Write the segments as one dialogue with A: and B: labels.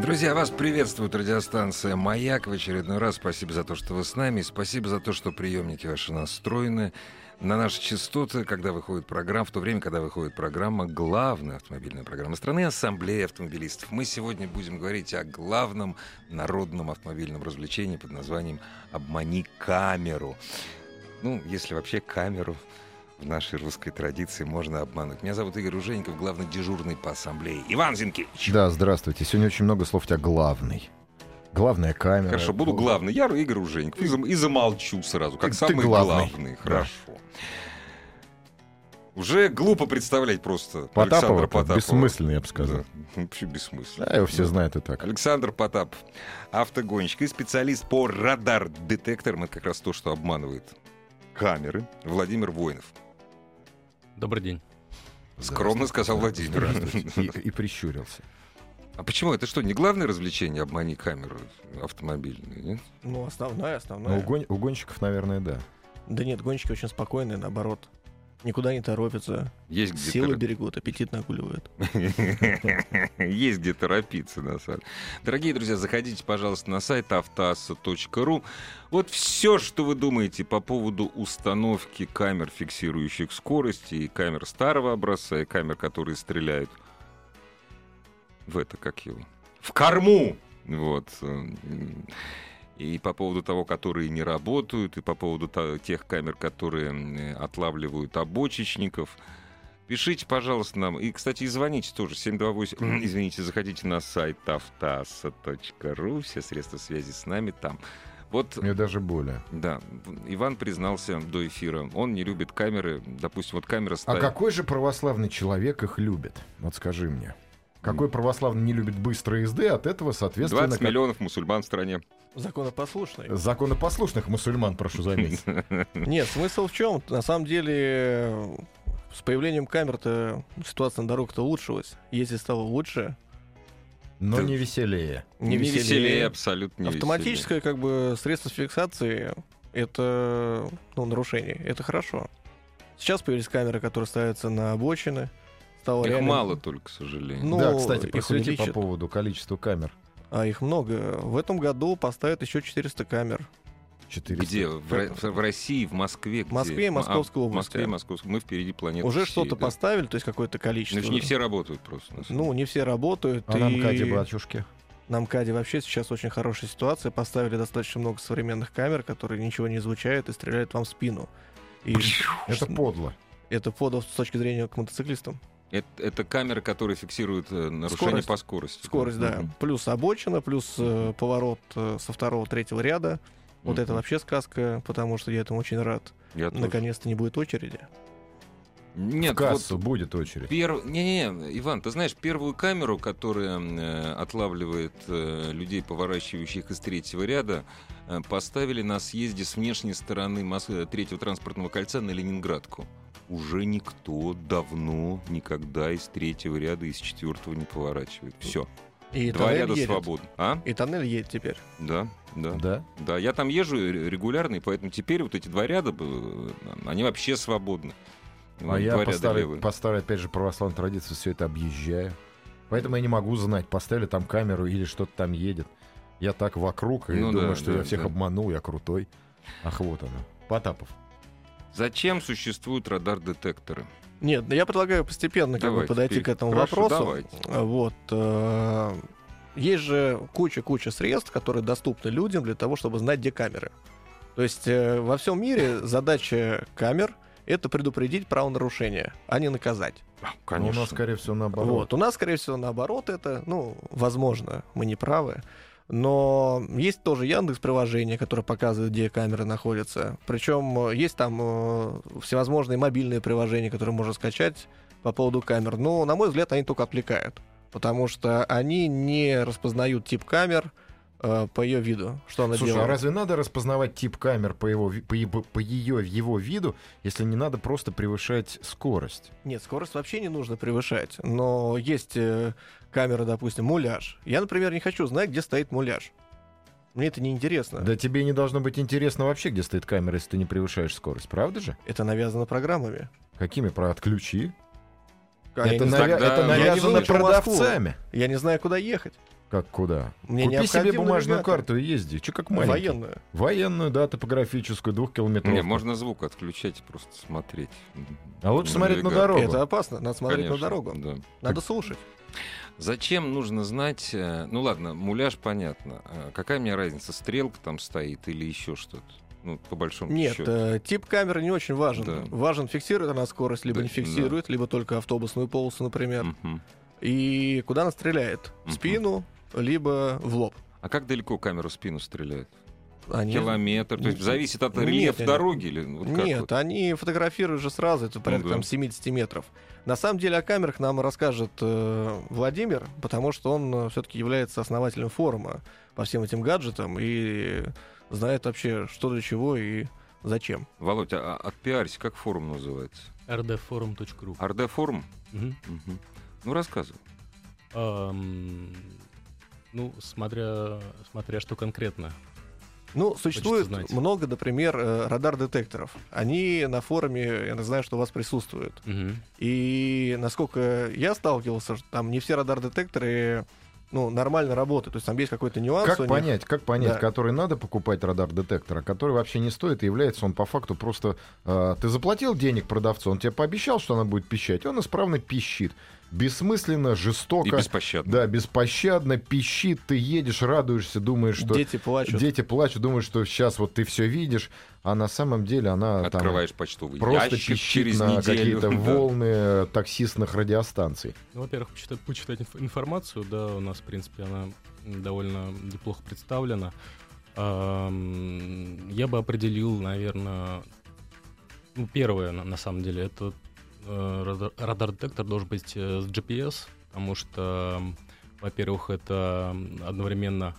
A: Друзья, вас приветствует радиостанция «Маяк» в очередной раз. Спасибо за то, что вы с нами. и Спасибо за то, что приемники ваши настроены на наши частоты, когда выходит программа, в то время, когда выходит программа, главная автомобильная программа страны Ассамблея автомобилистов. Мы сегодня будем говорить о главном народном автомобильном развлечении под названием «Обмани камеру». Ну, если вообще камеру в нашей русской традиции можно обмануть. Меня зовут Игорь Ужеников, главный дежурный по ассамблее. Иван Зинкевич.
B: Да, здравствуйте. Сегодня очень много слов у тебя главный. Главная камера.
A: Хорошо, буду
B: Ну,
A: главный. Я Игорь Ужеников. И, зам- и замолчу сразу, как
B: Ты- ты
A: самый главный.
B: главный.
A: Хорошо. Уже глупо представлять просто
B: Потапова,
A: Александра Потапова.
B: бессмысленно, я бы сказал.
A: Да, Вообще бессмысленно.
B: Да, его все знают и так.
A: Александр Потап, автогонщик и специалист по радар-детекторам. Это как раз то, что обманывает камеры. Владимир Воинов.
C: Добрый день.
A: Скромно сказал Владимир.
B: Здравствуйте. И, и прищурился.
A: А почему? Это что, не главное развлечение обмани камеру автомобильную, нет?
D: Ну, основная,
B: Ну,
D: основная.
B: у, гон- у гонщиков, наверное, да.
D: Да нет, гонщики очень спокойные, наоборот. Никуда не торопятся.
A: Есть где
D: Силы берегут, аппетит нагуливают.
A: Есть где торопиться, на самом деле. Дорогие друзья, заходите, пожалуйста, на сайт автоасса.ру. Вот все, что вы думаете по поводу установки камер, фиксирующих скорость, и камер старого образца, и камер, которые стреляют в это, как его, в корму! Вот. эм, И по поводу того, которые не работают, и по поводу та- тех камер, которые м, э, отлавливают обочечников. Пишите, пожалуйста, нам. И, кстати, и звоните тоже. 728, извините, заходите на сайт автоаса.ру. Все средства связи с нами там. Вот
B: Мне даже более.
A: да, Иван признался до эфира. Он не любит камеры. Допустим, вот камера
B: А
A: стоит.
B: какой же православный человек их любит? Вот скажи мне. Какой православный не любит быстрые езды, от этого, соответственно,
A: 20
B: как-
A: миллионов мусульман в стране.
D: Законопослушный.
B: законопослушных мусульман, прошу заметить.
D: Нет, смысл в чем? На самом деле, э, с появлением камер-то ситуация на дорогах-то улучшилась. Ездить стало лучше.
B: Но
A: Да.
B: не веселее.
A: Не веселее,
D: веселее.
A: абсолютно не веселее.
D: Автоматическое, как бы, средство фиксации это ну, нарушение. Это хорошо. Сейчас появились камеры, которые ставятся на обочины. Стало
A: Их
D: реально-
A: мало только, к сожалению.
D: Ну,
B: да, кстати,
D: их
B: просвети по
D: увеличат.
B: поводу количества камер.
D: А их много. В этом году поставят еще 400 камер.
B: 400.
A: Где? В, Ро- в России, в Москве? где?
D: В Москве и
A: М- а,
D: Московской
A: В
D: области.
A: Москве и Московской. Мы впереди планеты.
D: Уже
A: всей,
D: что-то
A: да.
D: поставили, то есть какое-то
A: Ну,
D: количество.
A: ж не все работают просто. на самом
D: Ну, не все работают.
B: А на
D: и
B: МКАДе, батюшки?
D: на МКАДе вообще сейчас очень хорошая ситуация. Поставили достаточно много современных камер, которые ничего не излучают и стреляют вам в спину. И
B: Это подло.
D: это подо с точки зрения к мотоциклистам.
A: Это, это камеры, которые фиксируют э, нарушение
D: Скорость.
A: по скорости.
D: Скорость, да.
A: Мгм.
D: Плюс обочина, плюс э, поворот э, со второго, третьего ряда. Вот
A: Мгм.
D: это вообще сказка, потому что я этому очень рад.
A: Я тоже.
D: Наконец-то не будет очереди.
B: В
A: Нет, вот
B: кассу будет очередь.
A: Перв... Не-не-не, Иван, ты знаешь, первую камеру, которая э, отлавливает э, людей, поворачивающих из третьего ряда, э, поставили на съезде с внешней стороны Мос- э, третьего транспортного кольца на Ленинградку. Уже никто давно никогда из третьего ряда, из четвертого не поворачивает. Все.
D: И
A: Два
D: тоннель
A: ряда
D: едет.
A: свободны. А?
D: И тоннель едет теперь.
A: Да, да.
B: Да?
A: Да, я там езжу ре- регулярно, и поэтому теперь вот эти два ряда, э, они вообще свободны.
B: А
A: Два
B: я по
A: ряда
B: старой,
A: левые.
B: по старой, опять же, православной традиции все это объезжаю. Поэтому я не могу знать, поставили там камеру или что-то там едет. Я так вокруг и
A: Ну
B: думаю,
A: да,
B: что
A: да,
B: я всех
A: да.
B: обманул, я крутой. Ах, вот она. Потапов. Ну,
A: Зачем существуют радар-детекторы?
D: Нет, да я предлагаю постепенно Ну, как бы
A: Давайте,
D: подойти
A: вперед.
D: к этому
A: Хорошо,
D: вопросу. А,
A: давайте.
D: Вот. э, Есть же куча-куча средств, которые доступны людям для того, чтобы знать, где камеры. То есть э, во всем мире задача камер — это предупредить правонарушение, а не наказать.
B: Но у нас, скорее всего, наоборот.
D: Вот. У нас, скорее всего, наоборот это, ну, возможно, мы не правы. Но есть тоже Яндекс приложение, которое показывает, где камеры находятся. Причем э, есть там э, всевозможные мобильные приложения, которые можно скачать по поводу камер. Но, на мой взгляд, они только отвлекают. потому что они не распознают тип камер э, по ее виду, что она
B: Слушай, а
D: делает.
B: разве надо распознавать тип камер по, его, ви- по, ебо- по ее его виду, если не надо просто превышать скорость?
D: Нет, скорость вообще не нужно превышать, но есть э, камера, допустим, муляж. Я, например, не хочу знать, где стоит муляж. Мне это неинтересно.
B: Да. тебе не должно быть интересно вообще, где стоит камера, если ты не превышаешь скорость, правда же?
D: Это навязано программами. А
B: Какими про отключи?
D: Я
B: А это
D: не
A: на-
D: знаю-
B: навя-
A: тогда
B: это
A: я не
B: навязано
D: вылечу Москву.
B: продавцами.
D: Я не знаю, куда ехать.
B: Как куда?
D: Мне
B: Купи себе
D: необходим
B: бумажную
D: навигатор.
B: карту и езди. Че как маленький.
D: Военную.
B: Военную, да, топографическую, двухкилометровую.
A: Не, можно звук отключать, просто смотреть.
B: А лучше смотреть на
A: навигатор.
B: дорогу.
D: Это опасно. Надо смотреть
A: Конечно,
D: на дорогу.
A: да.
D: Надо слушать.
A: Зачем нужно знать... э, Ну ладно, муляж понятно. А Какая мне разница, стрелка там стоит или еще что-то? Ну, по большому
D: Нет,
A: счету.
D: э, тип камеры не очень важен.
A: Да.
D: Важен, фиксирует она скорость, либо
A: Да,
D: не фиксирует, либо только автобусную полосу, например.
A: Мгм.
D: И куда она стреляет? В
A: Мгм.
D: спину, либо в лоб.
A: А как далеко камеру в спину стреляет?
D: Они...
A: Километр? То есть
D: Нет.
A: зависит от
D: Нет,
A: рельефа
D: нет.
A: дороги? Или, вот как
D: Нет, а
A: вот?
D: они фотографируют же сразу, это порядка
A: да.
D: там 70 метров. На самом деле о камерах нам расскажет э, Владимир, потому что он все-таки является основателем форума по всем этим гаджетам и знает вообще, что для чего и зачем.
A: Володь, а, а отпиарься, как форум называется?
C: rdforum.ru
A: РД форум?
C: Мгм.
A: Мгм. Ну, рассказывай.
C: Эм, Ну, смотря, смотря что конкретно.
D: Ну, существует
C: знать.
D: много, например, э, радар-детекторов. Они на форуме, я знаю, что у вас присутствуют.
C: Мгм.
D: И насколько я сталкивался, что там не все радар-детекторы ну, нормально работают. То есть там есть какой-то нюанс. у
B: Как
D: них.
B: понять, как понять,
D: Да.
B: который надо покупать радар-детектор, а который вообще не стоит и является он по факту просто... э, ты заплатил денег продавцу, он тебе пообещал, что она будет пищать, он исправно пищит. Бессмысленно, жестоко,
A: И беспощадно.
B: да, беспощадно пищит, ты едешь, радуешься, думаешь, что...
D: Дети плачут.
B: Дети плачут, думают, что сейчас вот ты все видишь, а на самом деле она там
A: Открываешь почтовый
B: просто
A: ящик
B: пищит
A: через
B: на
A: неделю.
B: какие-то
A: Да.
B: волны э, таксистных радиостанций.
C: Ну, во-первых, почитать, почитать инф- информацию, да, у нас, в принципе, она м, довольно неплохо представлена. Эм, Я бы определил, наверное, ну, первое, на, на самом деле, это э, радар- радар-детектор должен быть э, с GPS, потому что, м, во-первых, это м, одновременно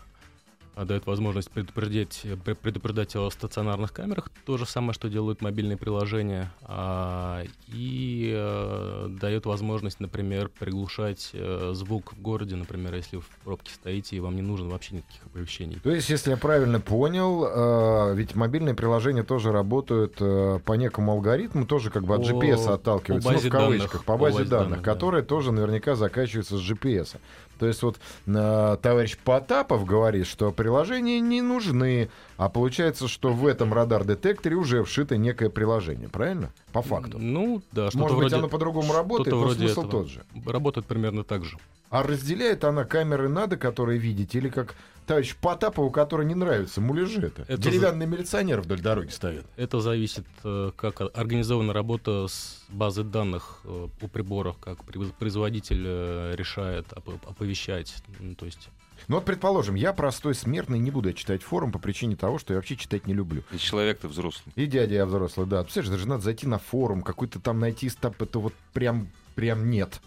C: а, дает возможность предупреждать, э, пре- предупреждать о стационарных камерах, то же самое, что делают мобильные приложения, а, и э, дает возможность, например, приглушать э, звук в городе, например, если вы в пробке стоите и вам не нужно вообще никаких оповещений.
B: То есть, если я правильно понял, э, ведь мобильные приложения тоже работают э, по некому алгоритму, тоже как бы от
C: По-
B: GPS отталкиваются,
C: по
B: ну,
C: базе
B: в кавычках,
C: данных,
B: по базе данных,
C: да.
B: которые тоже наверняка закачиваются с GPS. То есть, вот э, товарищ Потапов говорит, что приложения не нужны, а получается, что в этом радар-детекторе уже вшито некое приложение, правильно? По факту.
C: Ну, да, что-то
B: Может быть,
C: вроде...
B: оно по-другому работает,
C: что-то
B: но
C: вроде
B: смысл
C: этого.
B: тот же.
C: Работает примерно так же.
B: А разделяет она камеры надо, которые видите, или как товарищ Потапову, который не нравится, муляжи это?
C: Это
B: Деревянный милиционер вдоль дороги стоит.
C: Это зависит, э, как о- организована работа с базой данных э, у приборов, как при- производитель э, решает оп- оповещать. М, То есть
B: Ну вот, предположим, я простой смертный, не буду я читать форум по причине того, что я вообще читать не люблю.
A: И человек-то взрослый.
B: И дядя я взрослый, да. Представляешь, даже надо зайти на форум, какой-то там найти стап, это вот прям, прям нет.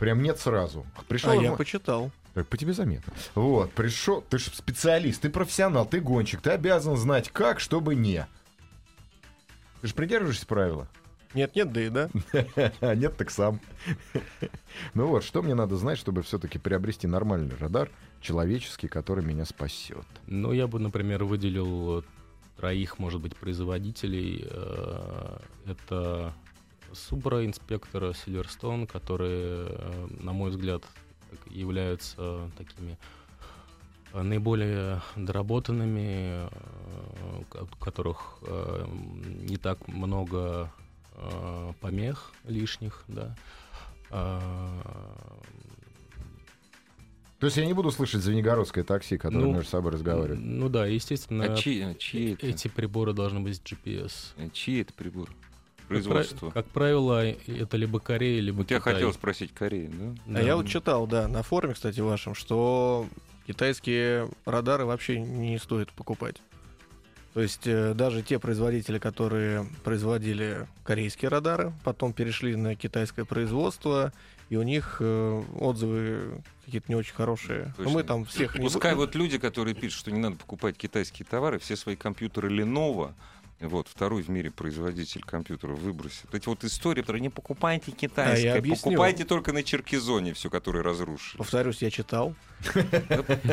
B: Прям нет сразу. Пришел
D: А
B: в
D: я
B: мо-
D: почитал.
B: Так, по тебе заметно. Вот, пришел, ты же специалист, ты профессионал, ты гонщик, ты обязан знать как, чтобы не. Ты же придерживаешься правила?
D: Нет-нет, да и да.
B: А нет, так сам. Ну вот, что мне надо знать, чтобы все-таки приобрести нормальный радар, человеческий, который меня спасет?
C: Ну, я бы, например, выделил э, троих, может быть, производителей. Э, Это Субра, инспектора Silverstone, которые, э, на мой взгляд, так- являются такими э, наиболее доработанными, э, ко- у которых э, м, не так много э, помех лишних, да. Э, А,
B: То есть я не буду слышать звенигородское такси, которое
C: Ну,
B: между собой разговаривает.
C: Ну да, естественно.
A: А чьи, а чьи
C: э-
A: это?
C: Эти приборы должны быть с GPS.
A: А чьи это прибор?
C: Как пра-
A: Производство.
C: Как, правило, это либо Корея, либо
A: Вот я
C: Китай.
A: хотел спросить Корея, да?
C: Да.
D: А я вот читал, да, на форуме, кстати, вашем, что китайские радары вообще не стоит покупать. То есть э, даже те производители, которые производили корейские радары, потом перешли на китайское производство, и у них э, отзывы какие-то не очень хорошие. Но
A: Точно.
D: мы там всех не
A: Пускай
D: вы-
A: вот люди, которые пишут, что не надо покупать китайские товары, все свои компьютеры Lenovo, вот, второй в мире производитель компьютеров выбросит. Эти вот истории, которые не покупайте китайское,
D: объясню.
A: покупайте только на Черкизоне все, которое разрушили.
D: Повторюсь, я читал.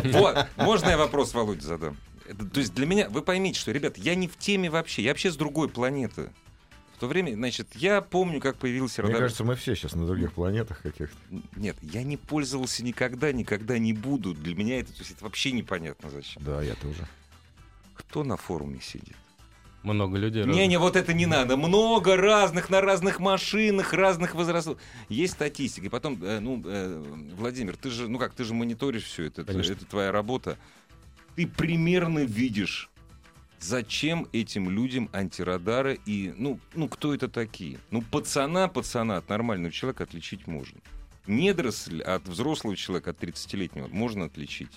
A: Вот, можно я вопрос Володе задам? Это, То есть для меня, вы поймите, что, ребят, я не в теме вообще, я вообще с другой планеты. В то время, значит, я помню, как появился
B: Мне
A: радар.
B: кажется, мы все сейчас на других планетах каких-то.
A: Нет, я не пользовался никогда, никогда не буду. Для меня это, то есть, это вообще непонятно зачем.
B: Да, я тоже.
A: Кто на форуме сидит?
C: Много людей. разных.
A: Не-не, вот это не надо. Много разных на разных машинах, разных возрастов. Есть статистика. И потом, э, ну, э, Владимир, ты же, ну как, ты же мониторишь все это, это,
C: Конечно.
A: это твоя работа. Ты примерно видишь, зачем этим людям антирадары и, ну, ну, кто это такие? Ну, пацана, пацана от нормального человека отличить можно. Недоросль от взрослого человека, от 30-летнего, можно отличить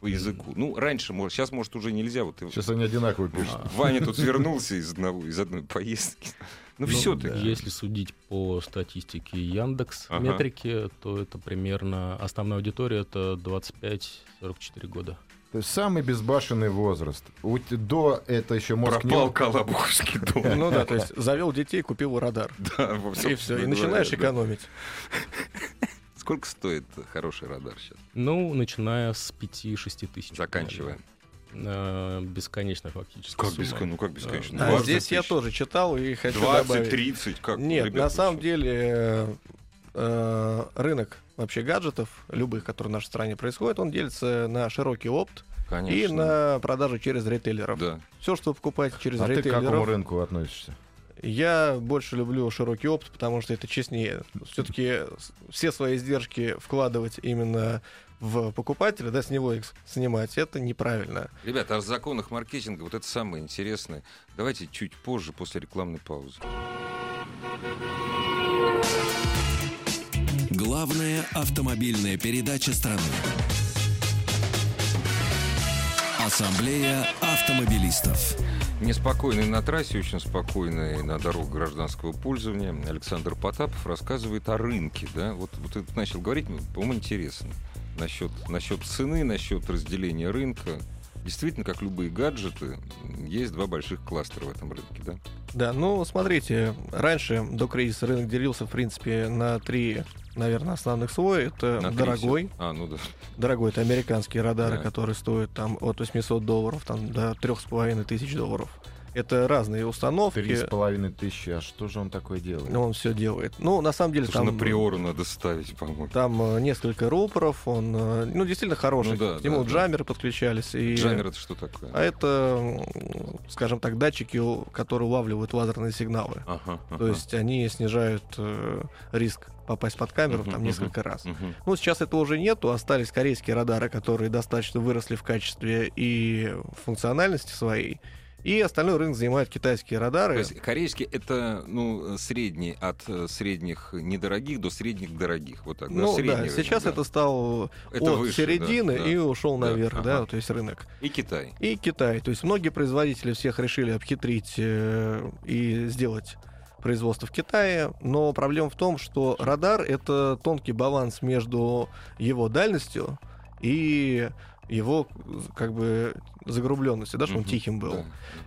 A: по языку. Ну, раньше, сейчас, может, уже нельзя. Вот ты-
B: Сейчас они
A: А.
B: одинаково пишут.
A: Ваня тут вернулся из одного, из одной поездки. Ну, все
C: Ну,
A: таки
C: Если судить по статистике Яндекс
A: Ага.
C: метрики, то это примерно основная аудитория это 25-44 года.
B: То есть самый безбашенный возраст. У т- До это еще мозг не-
A: Пропал Колобуховский дом.
D: Ну да, то есть завел детей, купил радар.
A: Да, во всём
D: И все, и
A: говоря,
D: начинаешь
A: да.
D: экономить.
A: Сколько стоит хороший радар сейчас?
C: Ну, начиная с 5-6 тысяч.
A: Заканчивая.
C: Э, Бесконечно фактически. сумма.
A: бескон- Ну, как
C: Да.
D: А
A: 20
D: здесь я
A: тысяч.
D: тоже читал и хочу добавить.
A: 20, 30, как?
D: Нет,
A: ребят,
D: на
A: вы
D: самом
A: что?
D: деле э, э, рынок вообще гаджетов, любых, которые в нашей стране происходят, он делится на широкий опт
A: Конечно.
D: и на продажу через ритейлеров.
A: Да.
D: Все, что вы покупаете через
B: А ты к какому
D: ритейлеров,
B: рынку относишься?
D: я больше люблю широкий опт, потому что это честнее. Все-таки все свои издержки вкладывать именно в покупателя, да, с него их снимать, это неправильно.
A: Ребята, о законах маркетинга вот это самое интересное. Давайте чуть позже, после рекламной паузы.
E: Главная автомобильная передача страны. Ассамблея автомобилистов.
A: Неспокойный на трассе, очень спокойный на дорогах гражданского пользования. Александр Потапов рассказывает о рынке. Да? Вот, вот ты начал говорить, ну, по-моему, интересно. Насчет, насчет цены, насчет разделения рынка. Действительно, как любые гаджеты, м, есть два больших кластера в этом рынке. Да?
D: Да, ну смотрите, раньше до кризиса рынок делился, в принципе, на три, наверное, основных слоя. Это
A: На три
D: дорогой,
A: всё. А, ну да.
D: дорогой, это американские радары,
A: Да.
D: которые стоят там от 800 долларов там, до 3,5 тысяч долларов. Это разные установки.
B: Три с половиной тысячи. А что же он такое делает?
D: Он все делает. Ну, на самом деле,
A: Потому что
D: там,
A: на приору надо ставить, по-моему.
D: там э, несколько рупоров, он, э, ну, действительно хороший.
A: Ну да,
D: К нему
A: да, да.
D: джаммеры подключались. И...
A: Джаммер это что такое?
D: А это, м, скажем так, датчики, у- которые улавливают лазерные сигналы.
A: Ага, ага.
D: То есть они снижают э, риск попасть под камеру
A: Мгм,
D: там
A: мгм.
D: несколько раз.
A: Мгм.
D: Ну, сейчас этого уже нету, остались корейские радары, которые достаточно выросли в качестве и функциональности своей. И остальной рынок занимают китайские радары.
A: То есть корейские это ну средний от э, средних недорогих до средних дорогих вот так. да,
D: ну
A: средний
D: да,
A: рынок,
D: сейчас
A: да.
D: это стал
A: Это
D: от
A: выше,
D: середины
A: да, да.
D: и ушел
A: Да,
D: наверх, да,
A: ага.
D: то есть рынок.
A: и Китай.
D: И Китай. То есть многие производители всех решили обхитрить э, и сделать производство в Китае, но проблема в том, что радар — это тонкий баланс между его дальностью и его как бы загрубленностью, да, что он
A: Мгм,
D: тихим был.
A: да.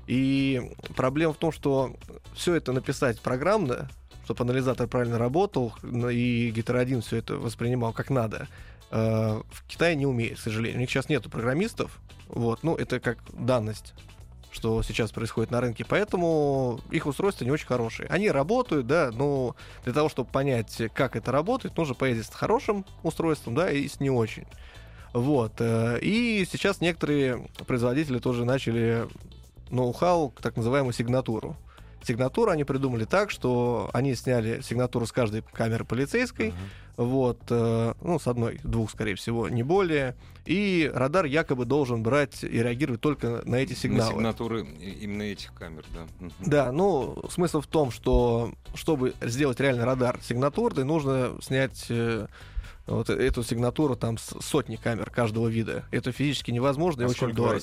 D: И проблема в том, что все это написать программно, чтобы анализатор правильно работал ну, и Гитар 1 все это воспринимал как надо, э, в Китае не умеет, к сожалению. У них сейчас нету программистов. Вот, ну, это как данность что сейчас происходит на рынке, поэтому их устройства не очень хорошие. Они работают, да, но для того, чтобы понять, как это работает, нужно поездить с хорошим устройством, да, и с не очень. Вот. э, И сейчас некоторые производители тоже начали ноу-хау, так называемую сигнатуру. Сигнатуру они придумали так, что они сняли сигнатуру с каждой камеры полицейской, вот, э, ну, с одной, двух, скорее всего, не более. И радар якобы должен брать и реагировать только на эти
A: На
D: сигналы.
A: сигнатуры и- именно этих камер, да. Мгм.
D: Да, ну, смысл в том, что чтобы сделать реально радар сигнатурный, нужно снять э, вот А
B: А
D: эту сигнатуру там с сотни камер каждого вида. Это физически невозможно и очень дорого.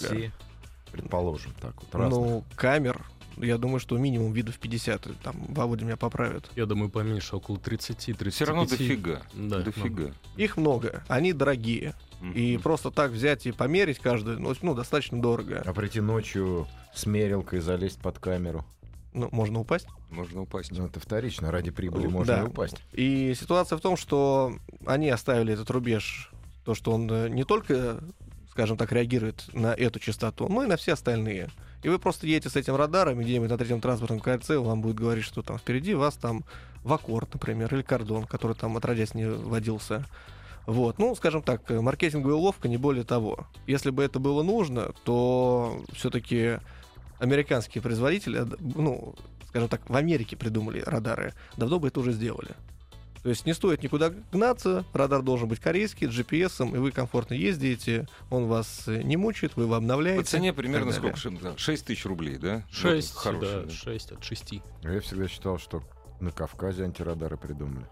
B: предположим, так вот, разных?
D: Ну, камер, я думаю, что минимум видов 50, и там Володя меня поправит.
C: Я думаю, поменьше, около 30-35.
A: Все равно дофига.
C: Да,
A: дофига.
D: Их много, они дорогие. И
A: Мгм.
D: просто так взять и померить каждую, ну, ну, достаточно дорого.
B: А прийти ночью с мерилкой залезть под камеру.
D: Ну, можно упасть.
A: Можно упасть.
B: Ну, это вторично, ради прибыли
D: Ну,
B: можно
D: да.
B: и упасть.
D: И ситуация в том, что они оставили этот рубеж, то, что он э, не только, скажем так, реагирует на эту частоту, но и на все остальные. И вы просто едете с этим радаром, и где-нибудь на третьем транспортном кольце, он вам будет говорить, что там впереди вас там Вакорд, например, или Кордон, который там отродясь не водился. Вот, ну, скажем так, э, маркетинговая уловка, не более того. Если бы это было нужно, то все-таки американские производители, отд- ну, скажем так, в Америке придумали радары, давно бы это уже сделали. То есть не стоит никуда гнаться, радар должен быть корейский, с GPS, -ом, и вы комфортно ездите, он вас э, не мучает, вы его обновляете.
A: По цене примерно
D: и так далее.
A: сколько? шин- да, 6 тысяч рублей, да? Вот
C: 6,
A: Ну, хороший,
C: да,
A: да.
C: 6 от 6.
B: Я всегда считал, что на Кавказе антирадары придумали.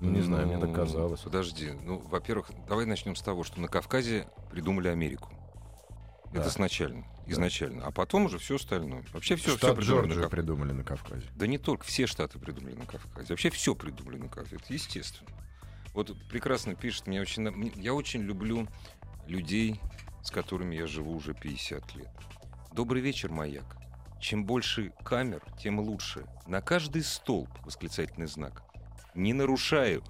B: Ну, не знаю, мне
A: Ну,
B: так казалось.
A: Подожди. Ну, во-первых, давай начнем с того, что на Кавказе придумали Америку.
B: Да.
A: Это сначала, изначально. А потом уже все остальное. Вообще все,
B: Штат
A: придумали
B: Джорджия
A: на Кавказе.
B: придумали на Кавказе.
A: Да не только все штаты придумали на Кавказе. Вообще все придумали на Кавказе. Это естественно. Вот прекрасно пишет, мне очень, на- мне- я очень люблю людей, с которыми я живу уже 50 лет. Добрый вечер, маяк. Чем больше камер, тем лучше. На каждый столб восклицательный знак. Не нарушаю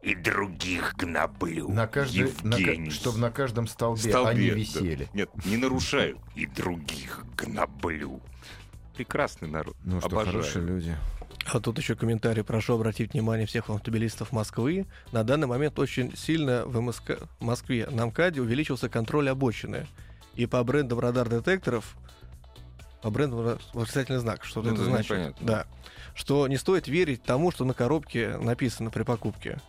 A: и других гноблю.
B: На каждой, на,
A: Евгений.
B: чтобы на каждом столбе,
A: Столбе,
B: они
A: да.
B: висели.
A: Нет, не нарушаю и других гноблю. Прекрасный народ.
B: Ну что,
A: Обожаю.
B: хорошие люди.
D: А тут еще комментарий. Прошу обратить внимание всех автомобилистов Москвы. На данный момент очень сильно в МСК... Москве на МКАДе увеличился контроль обочины. И по брендам радар-детекторов, по брендам ра- восклицательный знак, что
A: Ну,
D: это
A: да,
D: значит.
A: непонятно.
D: Да. Что не стоит верить тому, что на коробке написано при покупке.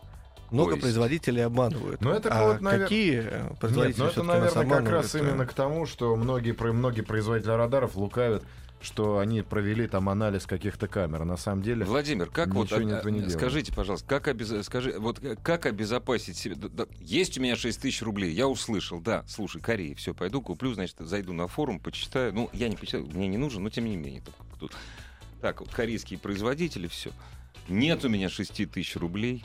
D: Много
A: То есть-
D: производителей обманывают.
B: Ну, это
D: а
B: вот, навер-
D: какие
B: Нет,
D: производители
B: ну это,
D: всё-таки нас
B: наверное, как
D: обманывают,
B: раз
D: э?
B: именно к тому, что многие, про- многие производители радаров лукавят, что они провели там анализ каких-то камер. На самом деле,
A: Владимир, как
B: Ничего
A: вот а,
B: не
A: а,
B: этого не делают.
A: скажите, пожалуйста, как обез- скажи, вот э, как обезопасить себе? Да, да, есть у меня 6 тысяч рублей, я услышал, да, слушай, Корея, все, пойду куплю, значит, зайду на форум, почитаю. Ну, я не почитаю, мне не нужен, но тем не менее. Так, тут- так, вот корейские производители, все. Нет у меня 6 тысяч рублей.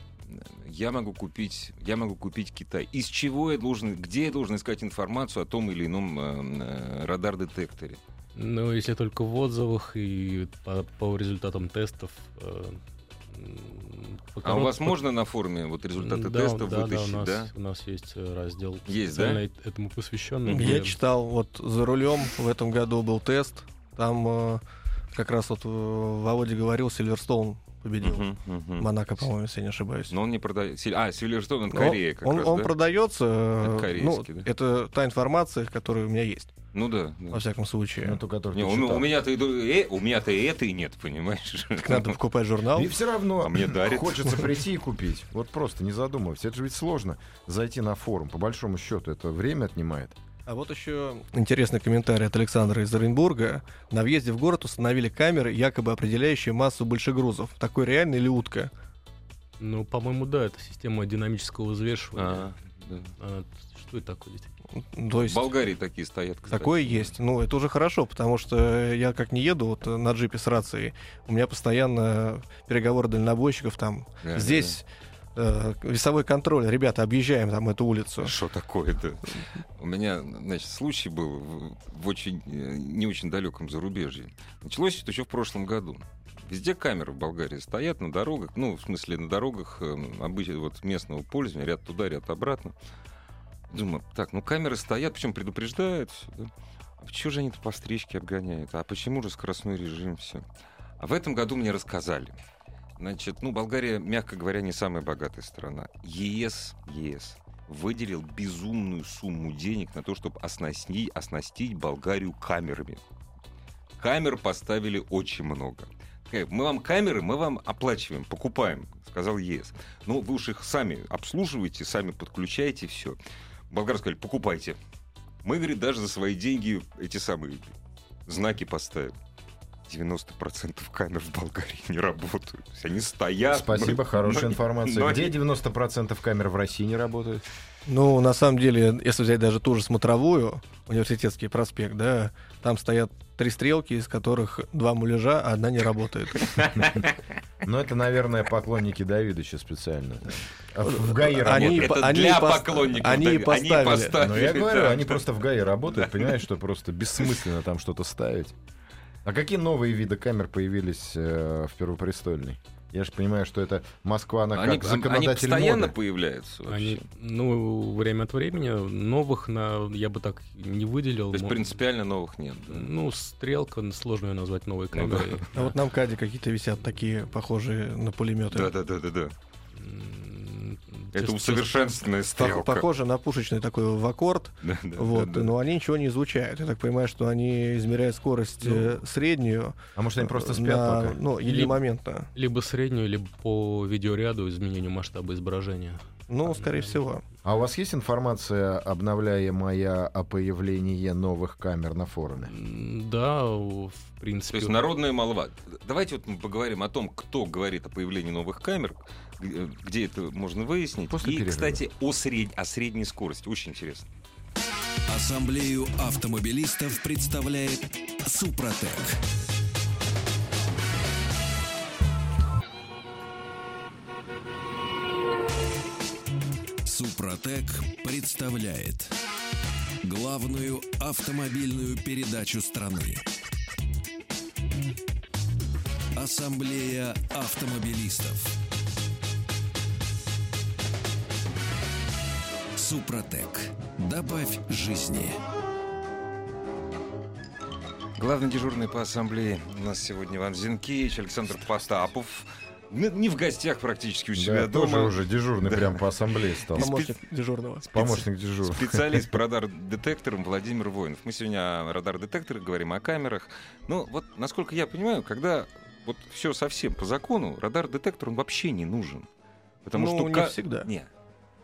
A: Я могу купить, я могу купить Китай. Из чего я должен, где я должен искать информацию о том или ином э, э, радар-детекторе?
C: Ну, если только в отзывах и по, по результатам тестов. э, м, по
A: А у
C: корот-
A: вас
C: по-
A: можно на форуме вот результаты
C: Да,
A: тестов
C: да, да,
A: вытащить,
C: у нас,
A: да?
C: у нас есть э, раздел,
A: Есть, да?
C: специально эт- этому посвященный.
D: Я
C: где-
D: читал, вот за рулем в этом году был тест. Там э, как раз вот э, Володя говорил, Сильверстоун победил.
A: Мгм, мгм.
D: Монако, по-моему, если я не ошибаюсь.
A: Но он не продает. Силь- А, Сильверстоун,
D: Но
A: Корея как
D: он,
A: раз,
D: он
A: да?
D: продается. э,
A: Это корейский,
D: ну,
A: да?
D: Это та информация, которая у меня есть,
A: Ну да. да.
D: во всяком
B: ну,
D: случае.
B: ту, которую
A: Не,
B: ты
A: у, м-
B: читал.
A: у меня-то и, до- э, у меня-то и это и нет, понимаешь?
D: Так надо покупать журнал.
B: И все равно
A: А мне дарит.
B: хочется прийти и купить. Вот просто не задумываясь. Это же ведь сложно зайти на форум. По большому счету это время отнимает.
D: А вот еще интересный комментарий от Александра из Оренбурга. На въезде в город установили камеры, якобы определяющие массу большегрузов. Такой реальный или утка?
C: Ну, по-моему, да, это система динамического взвешивания.
A: А, да.
C: А, Что это такое? действительно?
D: То
A: В
D: есть...
A: Болгарии такие стоят. кстати.
D: Такое есть. Ну, это уже хорошо, потому что я как не еду вот э, на джипе с рацией, у меня постоянно переговоры дальнобойщиков там.
A: Да,
D: Здесь э, весовой контроль. Ребята, объезжаем там эту улицу.
A: да. Что такое-то? У меня, значит, случай был в, в очень, э, не очень далеком зарубежье. Началось это еще в прошлом году. Везде камеры в Болгарии стоят на дорогах, ну, в смысле, на дорогах эм, обычно вот местного пользования, ряд туда, ряд обратно. Думаю, так, ну камеры стоят, причем предупреждают. всё, да. А почему же они-то по стричке обгоняют? А почему же скоростной режим все? А в этом году мне рассказали. Значит, ну, Болгария, мягко говоря, не самая богатая страна. ЕС, ЕС выделил безумную сумму денег на то, чтобы оснастить, оснастить Болгарию камерами. Камер поставили очень много. Такая, Мы вам камеры, мы вам оплачиваем, покупаем, сказал ЕС. Ну, вы уж их сами обслуживаете, сами подключаете, все. Болгары сказали, покупайте. Мы, говорит, даже за свои деньги эти самые знаки поставим. 90% камер в Болгарии не работают. То есть они стоят.
B: Спасибо,
A: но-
B: хорошая
A: но-
B: информация.
A: но
B: Где
A: они-
B: 90% камер в России не работают?
D: Ну, на самом деле, если взять даже ту же смотровую, университетский проспект, да, там стоят три стрелки, из которых два муляжа, а одна не работает.
B: Ну, это, наверное, поклонники Давидыча специально. А В в
D: Они-
B: ГАИ работают.
A: Нет, это
D: они
A: для
D: и пос-
A: поклонников.
D: они и
A: Давид,
D: поставили.
B: Но я говорю,
A: да.
B: они просто в ГАИ работают, понимаешь, что просто бессмысленно там что-то ставить. А какие новые виды камер появились э, в Первопрестольной? Я же понимаю, что это Москва, она
A: Они,
B: как
A: они
B: законодатель
A: постоянно
B: моды.
A: появляются. вообще.
C: Они, ну, время от времени новых на, я бы так не выделил.
A: То есть
C: Мо-
A: принципиально новых нет. да?
C: Ну, стрелка н- сложно ее назвать новой
A: Ну да.
C: камерой.
D: А вот на МКАДе какие-то висят такие, похожие на пулеметы.
A: Да-да-да-да-да.
C: М,
A: Это
C: честно-
A: усовершенствованная
D: Пох-
A: стрелка.
D: Похоже на пушечный такой в аккорд,
A: Да-да-да-да.
D: вот, ну, но они ничего не излучают. Я так понимаю, что они измеряют скорость
A: Ну,
D: э, среднюю.
B: А может, они просто
D: э,
B: спят
D: на-
B: пока?
D: Ну,
C: Или-
D: единомоментно.
C: Либо среднюю, либо по видеоряду изменению масштаба изображения.
D: Ну,
C: Там,
D: скорее
C: да.
D: всего.
B: А у вас есть информация, обновляемая о появлении новых камер на форуме?
C: М, Да, в принципе.
A: То есть народная молва. Давайте вот мы поговорим о том, кто говорит о появлении новых камер, г- где это можно выяснить.
B: После
A: И,
B: перерыва.
A: кстати, о, сред- о средней скорости. Очень интересно.
E: Ассамблею автомобилистов представляет Супротек. Супротек представляет главную автомобильную передачу страны. Ассамблея автомобилистов. Супротек. Добавь жизни.
A: Главный дежурный по ассамблее у нас сегодня Иван Зинкевич, Александр Потапов. Н- Не в гостях практически у себя
B: Да,
A: дома.
B: тоже уже дежурный прям по ассамблее стал.
A: И спи-
D: Помощник дежурного.
B: Помощник дежурного.
A: Специалист по радар-детекторам Владимир Воинов. Мы сегодня о радар-детекторах говорим, о камерах. Ну, вот, насколько я понимаю, когда вот все совсем по закону, радар-детектор, он вообще не нужен. Потому
D: Ну,
A: что...
D: не
A: ка-
D: всегда.
A: Не.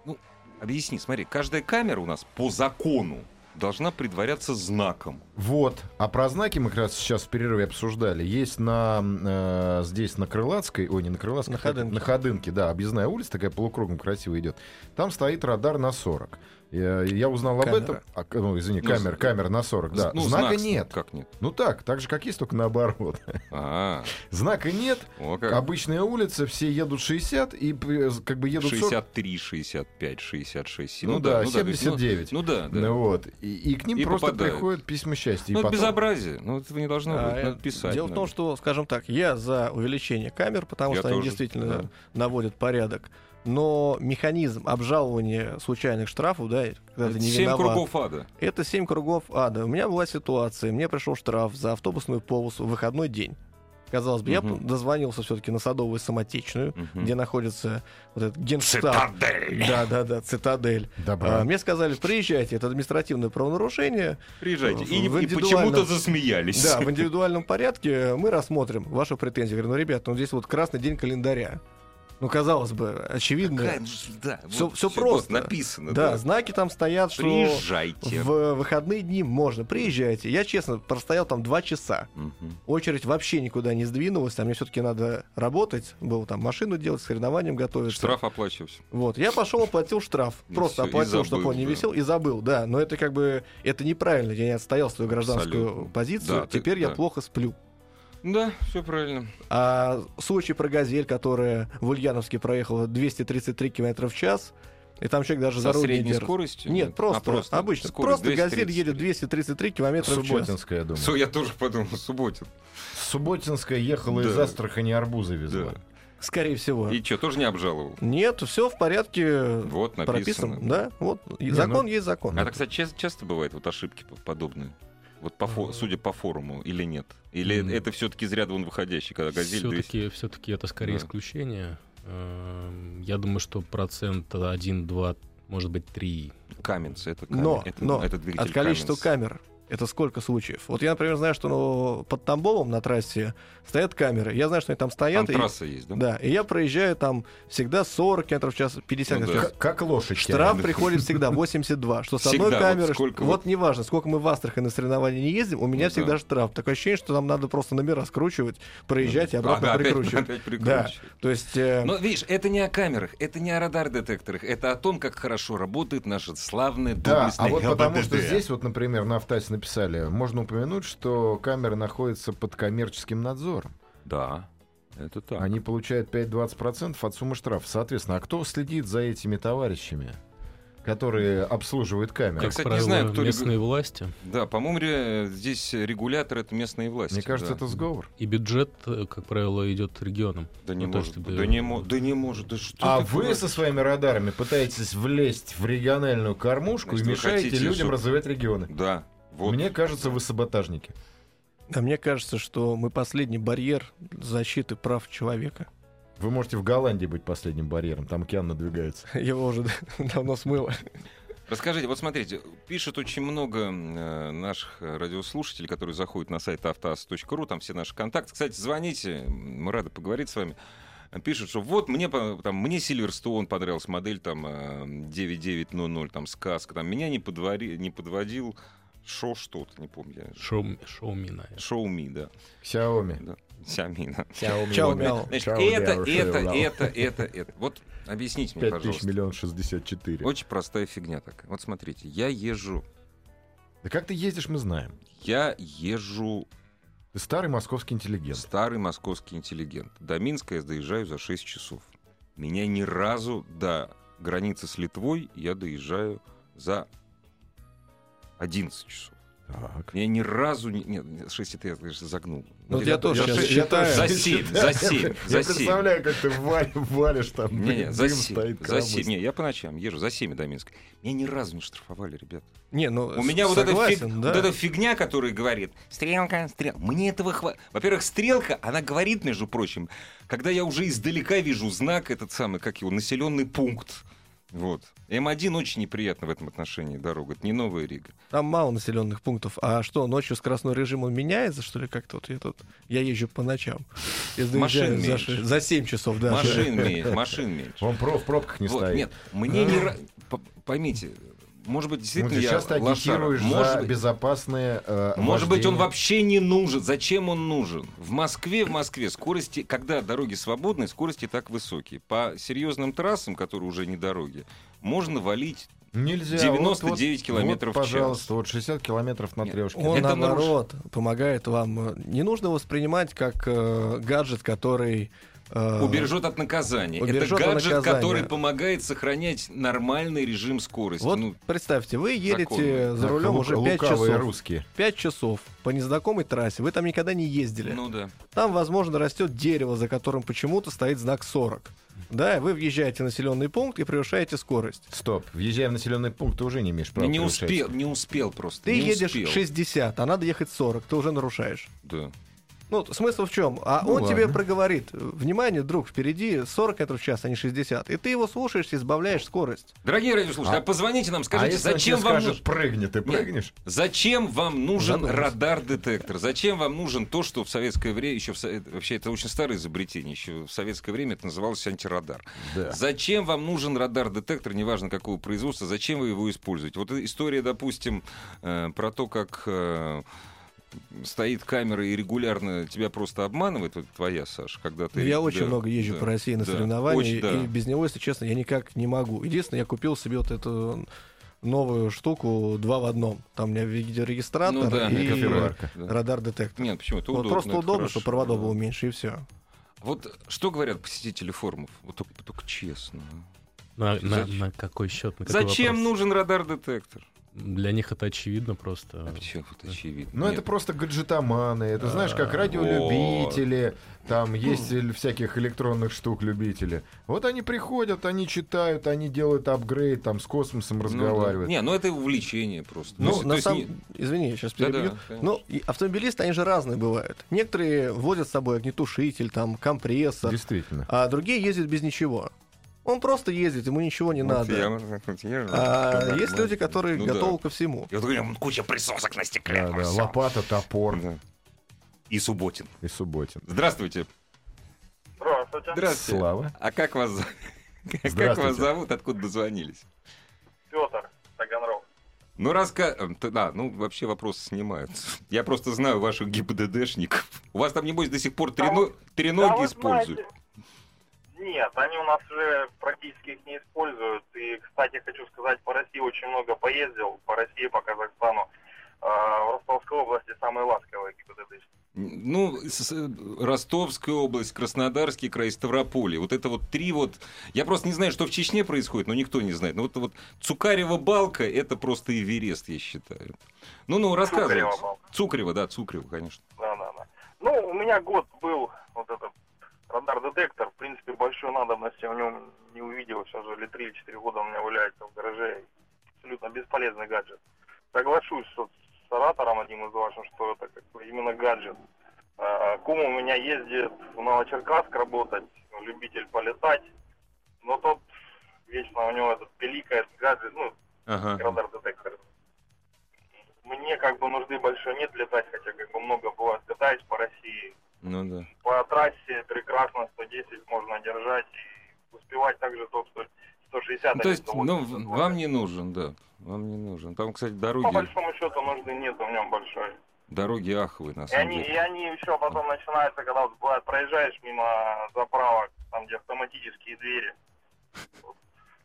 A: Ну, объясни, смотри, каждая камера у нас по закону должна предваряться знаком.
B: Вот. А про знаки мы как раз сейчас в перерыве обсуждали. Есть на э, здесь на Крылатской, ой, не на Крылатской,
D: На
B: как это?
D: Ходынке.
B: на Ходынке, да, объездная улица такая полукругом красиво идет. Там стоит радар на 40. Я, я узнал
D: Камера.
B: об этом. А, к- ну, извини,
A: Ну,
B: камера,
A: з-
B: камера на 40, да.
A: З- ну,
B: Знака
A: знак-
B: нет.
A: Как нет?
B: Ну так, так же, как есть, только наоборот.
A: А,
B: Знака нет,
A: о, как.
B: обычная улица, все едут 60 и э, как бы едут 40.
A: 63, 65, 66.
B: Ну да,
A: то есть, ну-
B: 79.
A: Ну, да, да.
B: Ну вот. И, и к ним
A: И
B: просто
A: попадают.
B: приходят письма счастья. и
A: ну, это
B: потом-
A: безобразие. Ну, этого не должно
D: А,
A: быть.
D: э,
A: Надо писать.
D: Дело в том,
A: надо.
D: что, скажем так, я за увеличение камер, потому
A: Я
D: что они
A: тоже,
D: действительно
A: да.
D: наводят порядок. Но механизм обжалования случайных штрафов, да, когда ты не
A: Семь
D: виноват,
A: кругов ада.
D: это семь кругов ада. У меня была ситуация, мне пришел штраф за автобусную полосу в выходной день. Казалось бы, я
A: Мгм.
D: п- дозвонился все-таки на Садовую Самотечную,
A: Мгм.
D: где находится вот этот генштаб. Да-да-да, цитадель.
B: Добра.
D: А, мне сказали, приезжайте, это административное правонарушение,
A: Приезжайте. И,
D: В
A: и
D: индивидуальном-
A: почему-то засмеялись.
D: Да, в индивидуальном порядке мы рассмотрим ваши претензии. Я говорю, ну, ребят, ну здесь вот красный день календаря. Ну, казалось бы, очевидно.
A: Какая ж- да,
D: Всё-
A: вот
D: всё
A: вот
D: просто.
A: написано.
D: да,
A: да.
D: знаки там стоят, что
A: Приезжайте.
D: в выходные дни можно. Приезжайте. Я, честно, простоял там два часа.
A: Мгм.
D: Очередь вообще никуда не сдвинулась, а мне все-таки надо работать. Было там машину делать, с хренованием готовиться.
A: Штраф оплачивался.
D: Вот, я пошел, оплатил штраф.
A: И
D: Просто
A: всё, и
D: оплатил, чтобы
A: забыл,
D: он не
A: да.
D: висел, и забыл, да. Но это как бы, это неправильно, я не отстоял свою гражданскую
A: Абсолютно.
D: позицию,
A: Да, ты-
D: теперь я
A: да.
D: плохо сплю.
A: Да, все правильно.
D: А случай про «Газель», которая в Ульяновске проехала 233 км в час, и там человек даже
A: Со
D: за руль не
A: средней
D: держит.
A: скоростью?
D: Нет,
A: А
D: просто,
A: просто
D: обычно.
A: скорость
D: просто «Газель»
A: 233.
D: едет 233 км в час.
B: Субботинская, я думаю.
A: Всё, я тоже подумал, Субботин.
B: Субботинская ехала из
A: Да.
B: Астрахани арбузы везла.
A: Да.
D: Скорее всего.
A: И что, тоже не обжаловал?
D: Нет, все в порядке.
A: Вот написано.
D: прописано. Да, вот. и
B: Не,
D: закон
B: ну-
D: есть закон.
A: А так, кстати, чес- часто бывают вот ошибки по- подобные? Вот по
D: А.
A: фо-
C: Э.
A: судя по форуму или нет? Или
C: М.
A: это все-таки из ряда вон выходящий, когда газель 200?
C: Все-таки, все-таки это скорее
A: Да.
C: исключение. Эм, Я думаю, что процент 1, 2, может быть, 3.
A: Каменс, это камень,
D: Но,
A: это,
D: но
A: это двигатель
D: от количества
A: Каменс.
D: камер Это сколько случаев? Вот я, например, знаю, что ну, под Тамбовом на трассе стоят камеры. Я знаю, что они там
A: Там
D: стоят. и-
A: трасса есть, да?
D: Да, и я проезжаю там всегда 40 км в час, 50
A: Ну
D: км в
A: да.
D: час.
B: Как, как лошадь.
D: Штраф приходит всегда 82, что с одной
A: Всегда, вот
D: камеры, что-
A: сколько
D: вот
A: вот-
D: неважно, сколько мы в Астрахань на соревнования не ездим, у меня
A: Ну да.
D: всегда штраф. Такое ощущение, что нам надо просто номера скручивать, проезжать и обратно
A: Ага, опять- Ну
D: прикручивать.
A: опять
D: Да,
A: прикручивать.
D: то есть... э,
A: Но видишь, это не о камерах, это не о радар-детекторах, это о том, как хорошо работает наша славная
B: Да,
A: доблестная
B: а вот
A: ЛБД.
B: потому что здесь, вот, например, на автасе написали, можно упомянуть, что камеры находятся под коммерческим надзором.
A: Да, это так.
B: Они получают 5-20% от суммы штрафа. Соответственно, а кто следит за этими товарищами, которые обслуживают камеры?
C: Как
A: кстати, не
C: правило,
A: знаю, кто
C: местные власти
A: Да, по-моему, ре- здесь регулятор — это местные власти.
B: Мне кажется,
A: да.
B: это сговор.
C: и бюджет, э, как правило, идет регионам.
A: Да не
C: Ну, то,
A: может
C: что
A: быть.
C: ты-
A: Да не, мо- да не может. Да что
B: А
A: ты
B: вы
A: говоришь?
B: со своими радарами пытаетесь влезть в региональную кормушку
A: Значит,
B: и
A: вы
B: мешаете
A: хотите,
B: людям
A: чтоб-
B: развивать регионы.
A: Да. Вот.
B: Мне кажется, вы саботажники.
D: А мне кажется, что мы последний барьер защиты прав человека.
B: Вы можете в Голландии быть последним барьером, там океан надвигается.
D: Его уже давно смыло.
A: Расскажите, вот смотрите, пишет очень много э, наших э, радиослушателей, которые заходят на сайт автоаз.ру, там все наши контакты. Кстати, звоните, мы рады поговорить с вами. Пишут, что вот мне, по- там, мне Silverstone понравилась модель там, э, 9900, там сказка, там, меня не, подвори, не подводил шо что-то, не помню. я.
C: Шоу, шоумина.
A: Шоуми, да.
B: Xiaomi.
A: да. Xiaomi, да.
D: Чао,
B: Xiaomi.
D: мяу.
A: Значит,
B: Чао,
A: это,
B: мяу, шею,
A: это,
B: мяу.
A: это, это, это. Вот объясните мне,
B: 5 тысяч
A: пожалуйста.
B: миллион шестьдесят четыре.
A: Очень простая фигня такая. Вот смотрите, я езжу,
B: Да как ты ездишь, мы знаем.
A: я езжу
B: Ты старый московский интеллигент.
A: старый московский интеллигент. До Минска я доезжаю за 6 часов. Меня ни разу до границы с Литвой я доезжаю за 11 часов.
B: Так.
A: Я ни разу... не- Нет, 6 это я, конечно, загнул.
D: Ну,
A: Где-то
D: я тоже
A: за
D: щас
A: шесть-
D: считаю.
A: За 7, за 7, за
B: Я
A: 7.
B: представляю, как ты вали- валишь там.
A: Не, не,
B: дым
A: за
B: стоит,
A: 7. За
B: корабль
A: 7. Не, я по ночам езжу за 7 до Минска. Меня ни разу не штрафовали, ребят.
D: Не, ну,
A: У меня вот, эта фиг-
D: согласен, да.
A: вот эта фигня, которая говорит, стрелка, стрелка, мне этого хватит. Во-первых, стрелка, она говорит, между прочим, когда я уже издалека вижу знак, этот самый, как его, населенный пункт. Вот. М1 очень неприятно в этом отношении дорога. Это не Новая Рига.
D: Там мало населенных пунктов. А что, ночью скоростной режим он меняется, что ли, как-то? Вот я тут, я езжу по ночам. Я
A: Машин
D: заезжаю за,
A: меньше.
D: ше- за 7 часов, да.
A: машин меньше, машин меньше.
B: Он про- в пробках не
A: Вот,
B: стоит.
A: Нет, мне не... ра- по- Поймите, может быть,
B: Ну,
A: действительно
B: ты
A: я
B: сейчас ты
A: лошара.
B: агитируешь
A: Может
B: за
A: быть.
B: безопасное э,
A: Может быть, он
B: вождение.
A: вообще не нужен. Зачем он нужен? В Москве, в Москве скорости, когда дороги свободные, скорости так высокие. По серьезным трассам, которые уже не дороги, можно валить.
B: Нельзя.
A: 99 километров в
B: вот,
A: час.
B: пожалуйста, вот 60 километров на
A: Нет,
B: трешке. Э,
D: Он,
A: Это
D: наоборот, помогает вам. Не нужно воспринимать как э, гаджет, который... э,
A: Убережет от наказания.
D: убережет
A: Это
D: от
A: гаджет,
D: наказания.
A: который помогает сохранять нормальный режим скорости.
D: Вот
A: Ну,
D: представьте, вы едете
A: законно.
D: за рулем уже 5 часов.
B: русские.
D: 5 часов по незнакомой трассе. Вы там никогда не ездили.
A: ну да.
D: Там, возможно, растет дерево, за которым почему-то стоит знак 40. Да, и вы въезжаете в населенный пункт и превышаете скорость.
B: Стоп. Въезжая в населенный пункт, ты уже не имеешь права.
A: Не
B: превышать.
A: успел, не успел просто.
D: Ты
A: не
D: едешь
A: успел.
D: 60, а надо ехать 40, ты уже нарушаешь.
A: Да.
D: Ну, т- смысл в чем? А
B: Ну,
D: он тебе
B: ладно.
D: проговорит, внимание, друг, впереди 40 метров в час, а не 60. И ты его слушаешь и избавляешь скорость.
A: Дорогие радиослушатели,
B: А-
A: а позвоните нам,
B: а
A: скажите,
B: если он
A: зачем
B: тебе
A: вам нужен?
B: скажет, прыгни, ты
A: Нет.
B: прыгнешь?
A: Зачем вам нужен
D: Задумался.
A: радар-детектор? Зачем вам нужен то, что в советское время, еще в со- вообще это очень старое изобретение, еще в советское время это называлось антирадар.
B: Да.
A: Зачем вам нужен радар-детектор, неважно какого производства, зачем вы его используете? Вот история, допустим, э, про то, как э, стоит камера и регулярно тебя просто обманывает, вот твоя, Саша, когда ты...
D: я
A: да,
D: очень много езжу
A: да,
D: по России на
A: да,
D: соревнования,
A: очень,
D: и-
A: да.
D: и без него, если честно, я никак не могу. Единственное, я купил себе вот эту новую штуку два в одном. Там у меня видеорегистратор
A: Ну да,
D: и
B: кофеварка.
A: Да.
D: радар-детектор.
A: Нет, почему? Это
D: Вот
A: удобно,
D: просто
A: это
D: удобно,
A: хорошо.
D: что проводов
A: Да.
D: было меньше, и все.
A: Вот что говорят посетители форумов? Вот только, только честно. а.
C: На, на-
A: Зачем?
C: на какой счет?
A: Зачем нужен радар-детектор?
C: нужно? Для них это очевидно
D: А.
C: просто.
A: Вообще, вот очевидно.
B: Ну, это
A: Нет.
B: просто гаджетоманы, это, знаешь, как
C: А,
B: радиолюбители, там есть эль- всяких электронных штук любители. Вот они приходят, они читают, они делают апгрейд, там с космосом
A: Ну, да.
B: разговаривают.
A: Не, ну это увлечение просто.
D: Ну,
A: То есть-
D: на
A: то есть
D: самом...
A: не-
D: Извини, я сейчас
A: Да-да,
D: перебью.
A: конечно.
D: ну, и автомобилисты, они же разные бывают. Некоторые возят с собой огнетушитель, там, компрессор,
B: Действительно.
D: а другие ездят без ничего. Он просто ездит, ему ничего не
A: Вот
D: надо.
A: я- вот я-
D: А
A: да,
D: есть
A: ну,
D: люди, которые
A: ну да.
D: готовы ко всему.
A: Я вот говорю, «М, куча присосок на стекле.
B: Да,
A: там
B: да,
A: всё».
B: лопата, топор
A: Да. И Субботин.
B: и субботин.
A: Здравствуйте.
F: Здравствуйте.
A: Здравствуйте.
B: Слава.
A: А как вас, зов- как
B: Здравствуйте.
A: вас зовут? Откуда дозвонились?
F: Петр Таганрог.
A: Ну, раска... э, т- Да, ну, вообще вопросы снимаются. Я просто знаю ваших ГИБДДшников. У вас там, небось, до сих пор треноги
F: Да вы
A: используют.
F: знаете, Нет, они у нас уже практически их не используют. И, кстати, хочу сказать, по России очень много поездил. По России, по Казахстану. А, В Ростовской области самые ласковые ГИБДД.
A: Ну, с- с- Ростовская область, Краснодарский край, Ставрополье. Вот это вот три вот... Я просто не знаю, что в Чечне происходит, но никто не знает. Но вот, вот Цукарева балка — это просто Эверест, я считаю. Ну-ну, рассказывайте.
F: Цукарева балка.
A: Цукарева, да, Цукарева, конечно.
F: Да, да, да. Ну, у меня год был вот этот радар-детектор. В принципе, большой надобности в нем не увидел. Сейчас уже лет 3 или 4 года у меня валяется в гараже. Абсолютно бесполезный гаджет. Соглашусь что с оратором одним из ваших, что это как бы именно гаджет. А, Кум у меня ездит в Новочеркасск работать, любитель полетать. Но тот вечно у него этот пиликает гаджет, ну,
A: Ага.
F: радар-детектор. Мне как бы нужды большой нет летать, хотя как бы много бывает катаюсь по России.
A: Ну да.
F: По трассе прекрасно 110 можно держать и успевать также топ 100 160.
A: Ну, то есть,
F: а
A: ну, в-
F: 180.
A: вам не нужен, да. Вам не нужен. Там, кстати,
F: По
A: дороги,
F: большому счету нужды нет в нем большой.
A: дороги аховые, на
F: И
A: самом
F: они,
A: деле.
F: и они еще потом начинаются, когда вот бывает, проезжаешь мимо заправок, там где автоматические двери.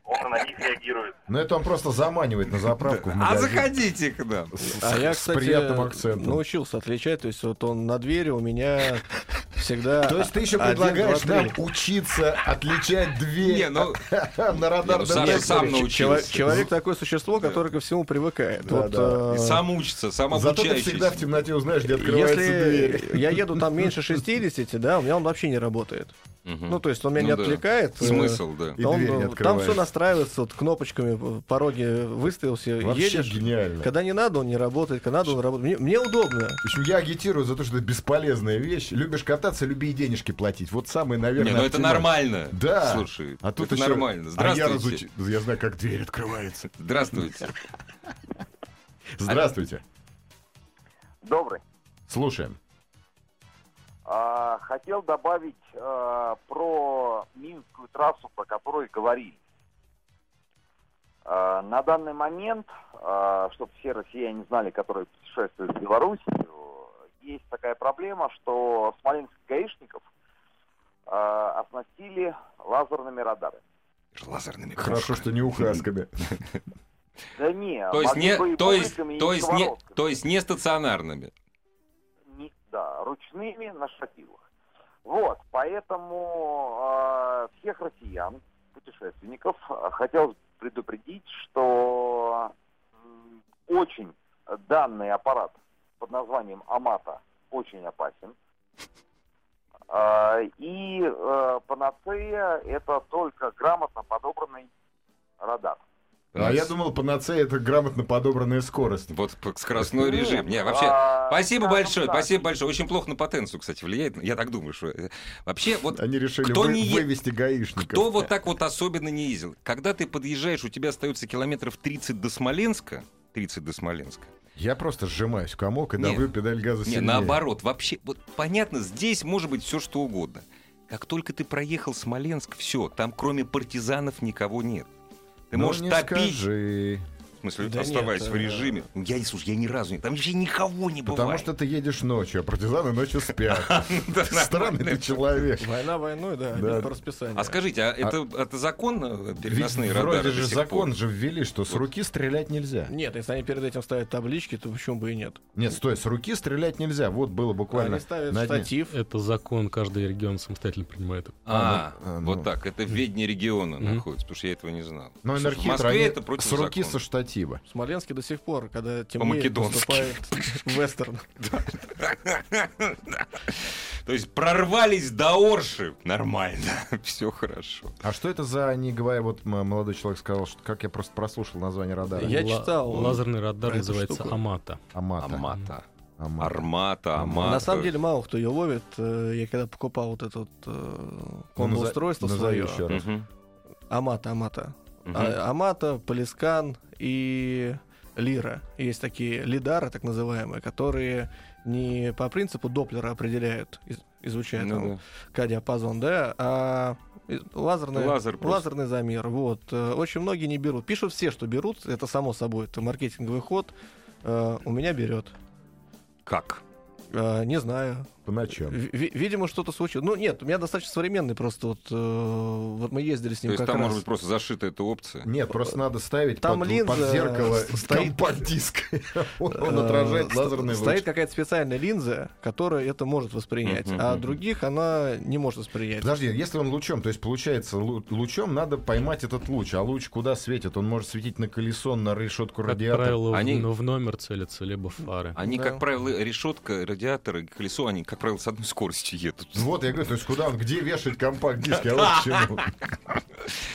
F: Он на них реагирует.
B: Но это он просто заманивает на заправку в
A: А
B: магазин.
A: заходите к нам.
B: С-
D: А я,
B: с
D: кстати,
B: приятным акцентом.
D: научился отличать. То есть вот он на двери у меня всегда...
B: То есть ты еще
D: один, два,
B: предлагаешь
D: три.
B: нам учиться отличать дверь
A: Не, ну,
B: на
A: не,
B: радар
A: ну, Саша
B: детекторе?
A: сам
D: Чело-
A: научился.
D: Человек такое существо, которое ко всему привыкает.
B: Да,
D: Вот,
B: да.
D: э,
A: И Сам учится, сам
B: А, Зато ты всегда в
A: обучающийся.
B: темноте узнаешь, где открывается дверь.
D: Если я еду там меньше 60, да, у меня он вообще не работает.
A: Мгм.
D: Ну, то есть он меня
A: Ну
D: не
A: да.
D: отвлекает. э,
A: Смысл, да.
B: И
D: там,
B: дверь не
D: э, там
B: открывается.
D: все настраивается, вот кнопочками э, пороги выставился,
B: Вообще
D: едешь.
B: гениально.
D: Когда не надо, он не работает, когда надо, он работает. Мне, мне удобно.
B: В общем, я агитирую за то, что это бесполезная вещь. Любишь кататься, люби и денежки платить. Вот самый,
A: Не,
B: наверное,
A: ну это
B: оптимальный.
A: нормально.
B: Да.
A: Слушай,
B: А тут
A: это
B: еще-
A: нормально.
B: А я,
A: Здравствуйте.
B: разуч- я знаю, как дверь открывается.
A: Здравствуйте. А
B: Здравствуйте.
G: Добрый.
B: Слушаем.
G: А, хотел добавить а, про Минскую трассу, про которую говорили. А, на данный момент, чтобы все россияне знали, которые путешествуют в Белоруссию, есть такая проблема, что смоленских гаишников а, оснастили лазерными радарами.
A: Лазерными
B: Хорошо, что не указками.
G: Да не,
A: То есть
G: могли бы
A: не,
G: и
A: то есть,
G: бубликами, и
A: то есть не,
G: сковородками.
A: то есть не стационарными.
G: не- да, ручными на шатилах. Вот, поэтому э, всех россиян, путешественников, э, хотел предупредить, что м, очень данный аппарат под названием Амата очень опасен. Э, и э, панацея это только грамотно подобранный радар.
B: А я думал, панацея это грамотно подобранная скорость.
A: Вот п- скоростной Ну, режим. Не,
G: Нет,
A: вообще.
G: а,
A: Спасибо
G: скажем
A: большое,
G: так,
A: спасибо большое. Очень плохо на потенцию, кстати, влияет. Я так думаю, что э, вообще вот
B: Они решили
A: Кто
B: вы-
A: не е-
B: вывести гаишников.
A: Кто вот так вот особенно не ездил? Когда ты подъезжаешь, у тебя остается километров 30 до Смоленска, 30 до Смоленска.
B: Я просто сжимаюсь в комок и
A: Не.
B: давлю педаль газа
A: Не,
B: сильнее.
A: наоборот, вообще, вот понятно, здесь может быть все что угодно. Как только ты проехал Смоленск, все, там кроме партизанов никого нет. Ты
B: Ну,
A: можешь
B: не
A: топить,
B: скажи.
A: в смысле,
D: Да
A: оставаясь
D: нет,
A: в
D: э,
A: режиме. Ну, Я, не- слушай, я ни разу не... Там вообще никого не
B: Потому
A: бывает.
B: что ты едешь ночью, а партизаны ночью спят.
A: Да,
B: Странный ты человек.
D: Война войной, да,
B: Да.
D: не по расписанию.
A: А скажите, а это, это законно э,
B: Ведь
A: переносные радары
B: вроде
A: до
B: же
A: сих
B: закон
A: пор?
B: же ввели, что с
A: Вот.
B: руки стрелять нельзя.
D: Нет, если они перед этим ставят таблички, то почему бы и нет?
B: Нет, стой, с руки стрелять нельзя. Вот было буквально.
D: они ставят
B: на дне.
D: штатив.
C: Это закон, каждый регион самостоятельно принимает.
A: А,
B: А, ну, а, ну.
A: вот так. Это в ведне региона
C: Мгм.
A: находится, потому что я этого не знал.
B: Но
A: Слушай, в
B: энергетра,
A: Москве
B: они
A: это против
B: с руки
A: закона.
B: со штатива.
D: В Смоленске до сих пор, когда темнеет,
A: По-македонски.
D: наступает вестерн.
A: То есть прорвались до Орши. Нормально. Все хорошо.
B: А что это за, не говоря, вот м- молодой человек сказал, что как я просто прослушал название радара.
D: Я читал
C: Лазерный радар
D: эту
C: называется
D: штуку.
C: Амата.
B: Амата.
A: Амата.
B: Амата.
A: Армата, Амата.
D: На самом деле мало кто ее ловит. Э, Я когда покупал вот это вот э,
B: Ну, наза-
D: комбоустройство
B: назови
D: свое,
B: еще раз.
A: Мгм. Ну
D: Амата, Амата.
A: Мгм.
D: А- Амата, Полискан и Лира. Есть такие лидары, так называемые, которые не по принципу Доплера определяют, из- изучая
A: Ну
D: там
A: да.
D: К-диапазон, да, а и- лазерный,
A: Лазер просто.
D: лазерный замер. Вот. Э, Очень многие не берут. Пишут все, что берут, это само собой, это маркетинговый ход. Э, У меня берет.
A: Как?
D: Э, Не знаю.
B: По ночам.
D: Ви- ви- Видимо, что-то случилось. Ну, нет, у меня достаточно современный просто вот... э, Вот мы ездили с
A: То
D: ним
A: есть
D: как
A: там
D: раз.
A: может быть просто зашита эта опция.
B: Нет, просто надо ставить
D: Там
B: под,
D: линза
B: под зеркало
D: с- стоит-
B: компакт-диск. Он, он
D: Э,
B: отражает
D: ст-
B: лазерный луч.
D: Стоит какая-то специальная линза, которая это может воспринять,
A: Мгм,
D: а
A: мгм.
D: других она не может воспринять.
B: Подожди, если он лучом, то есть получается лу- лучом надо поймать этот луч, а луч куда светит? Он может светить на колесо, на решетку
C: Как
B: радиатора.
C: правило, в-
A: Они-
C: ну, в, номер целятся, либо в фары.
A: Они,
D: Да.
A: как правило, решетка, радиатор и колесо, они, как правило, с одной скоростью едут.
B: Ну Вот я говорю, то есть куда он, где вешать компакт-диски, а вот к чему.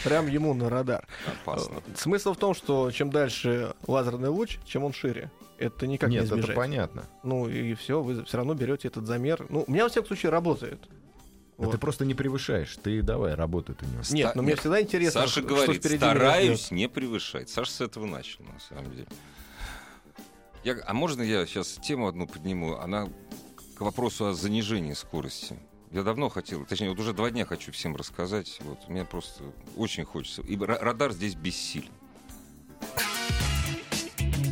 D: Прям ему на радар.
A: Опасно.
D: Смысл в том, что чем дальше лазерный луч, чем он шире. Это никак не
B: Нет, это
D: избежать.
B: понятно.
D: Ну и все, вы все равно берете этот замер. Ну, у меня во всяком случае работает.
B: Да
D: Вот.
B: Ты просто не превышаешь, ты давай, работай ты не успеешь.
D: Нет, но мне всегда интересно,
A: Саша
D: что
A: говорит,
D: впереди меня ждёт.
A: стараюсь не превышать. Саша с этого начал, на самом деле. Я- а можно я сейчас тему одну подниму? Она к вопросу о занижении скорости. Я давно хотел, точнее, вот уже два дня хочу всем рассказать. Вот, мне просто очень хочется. И ра- радар здесь бессилен.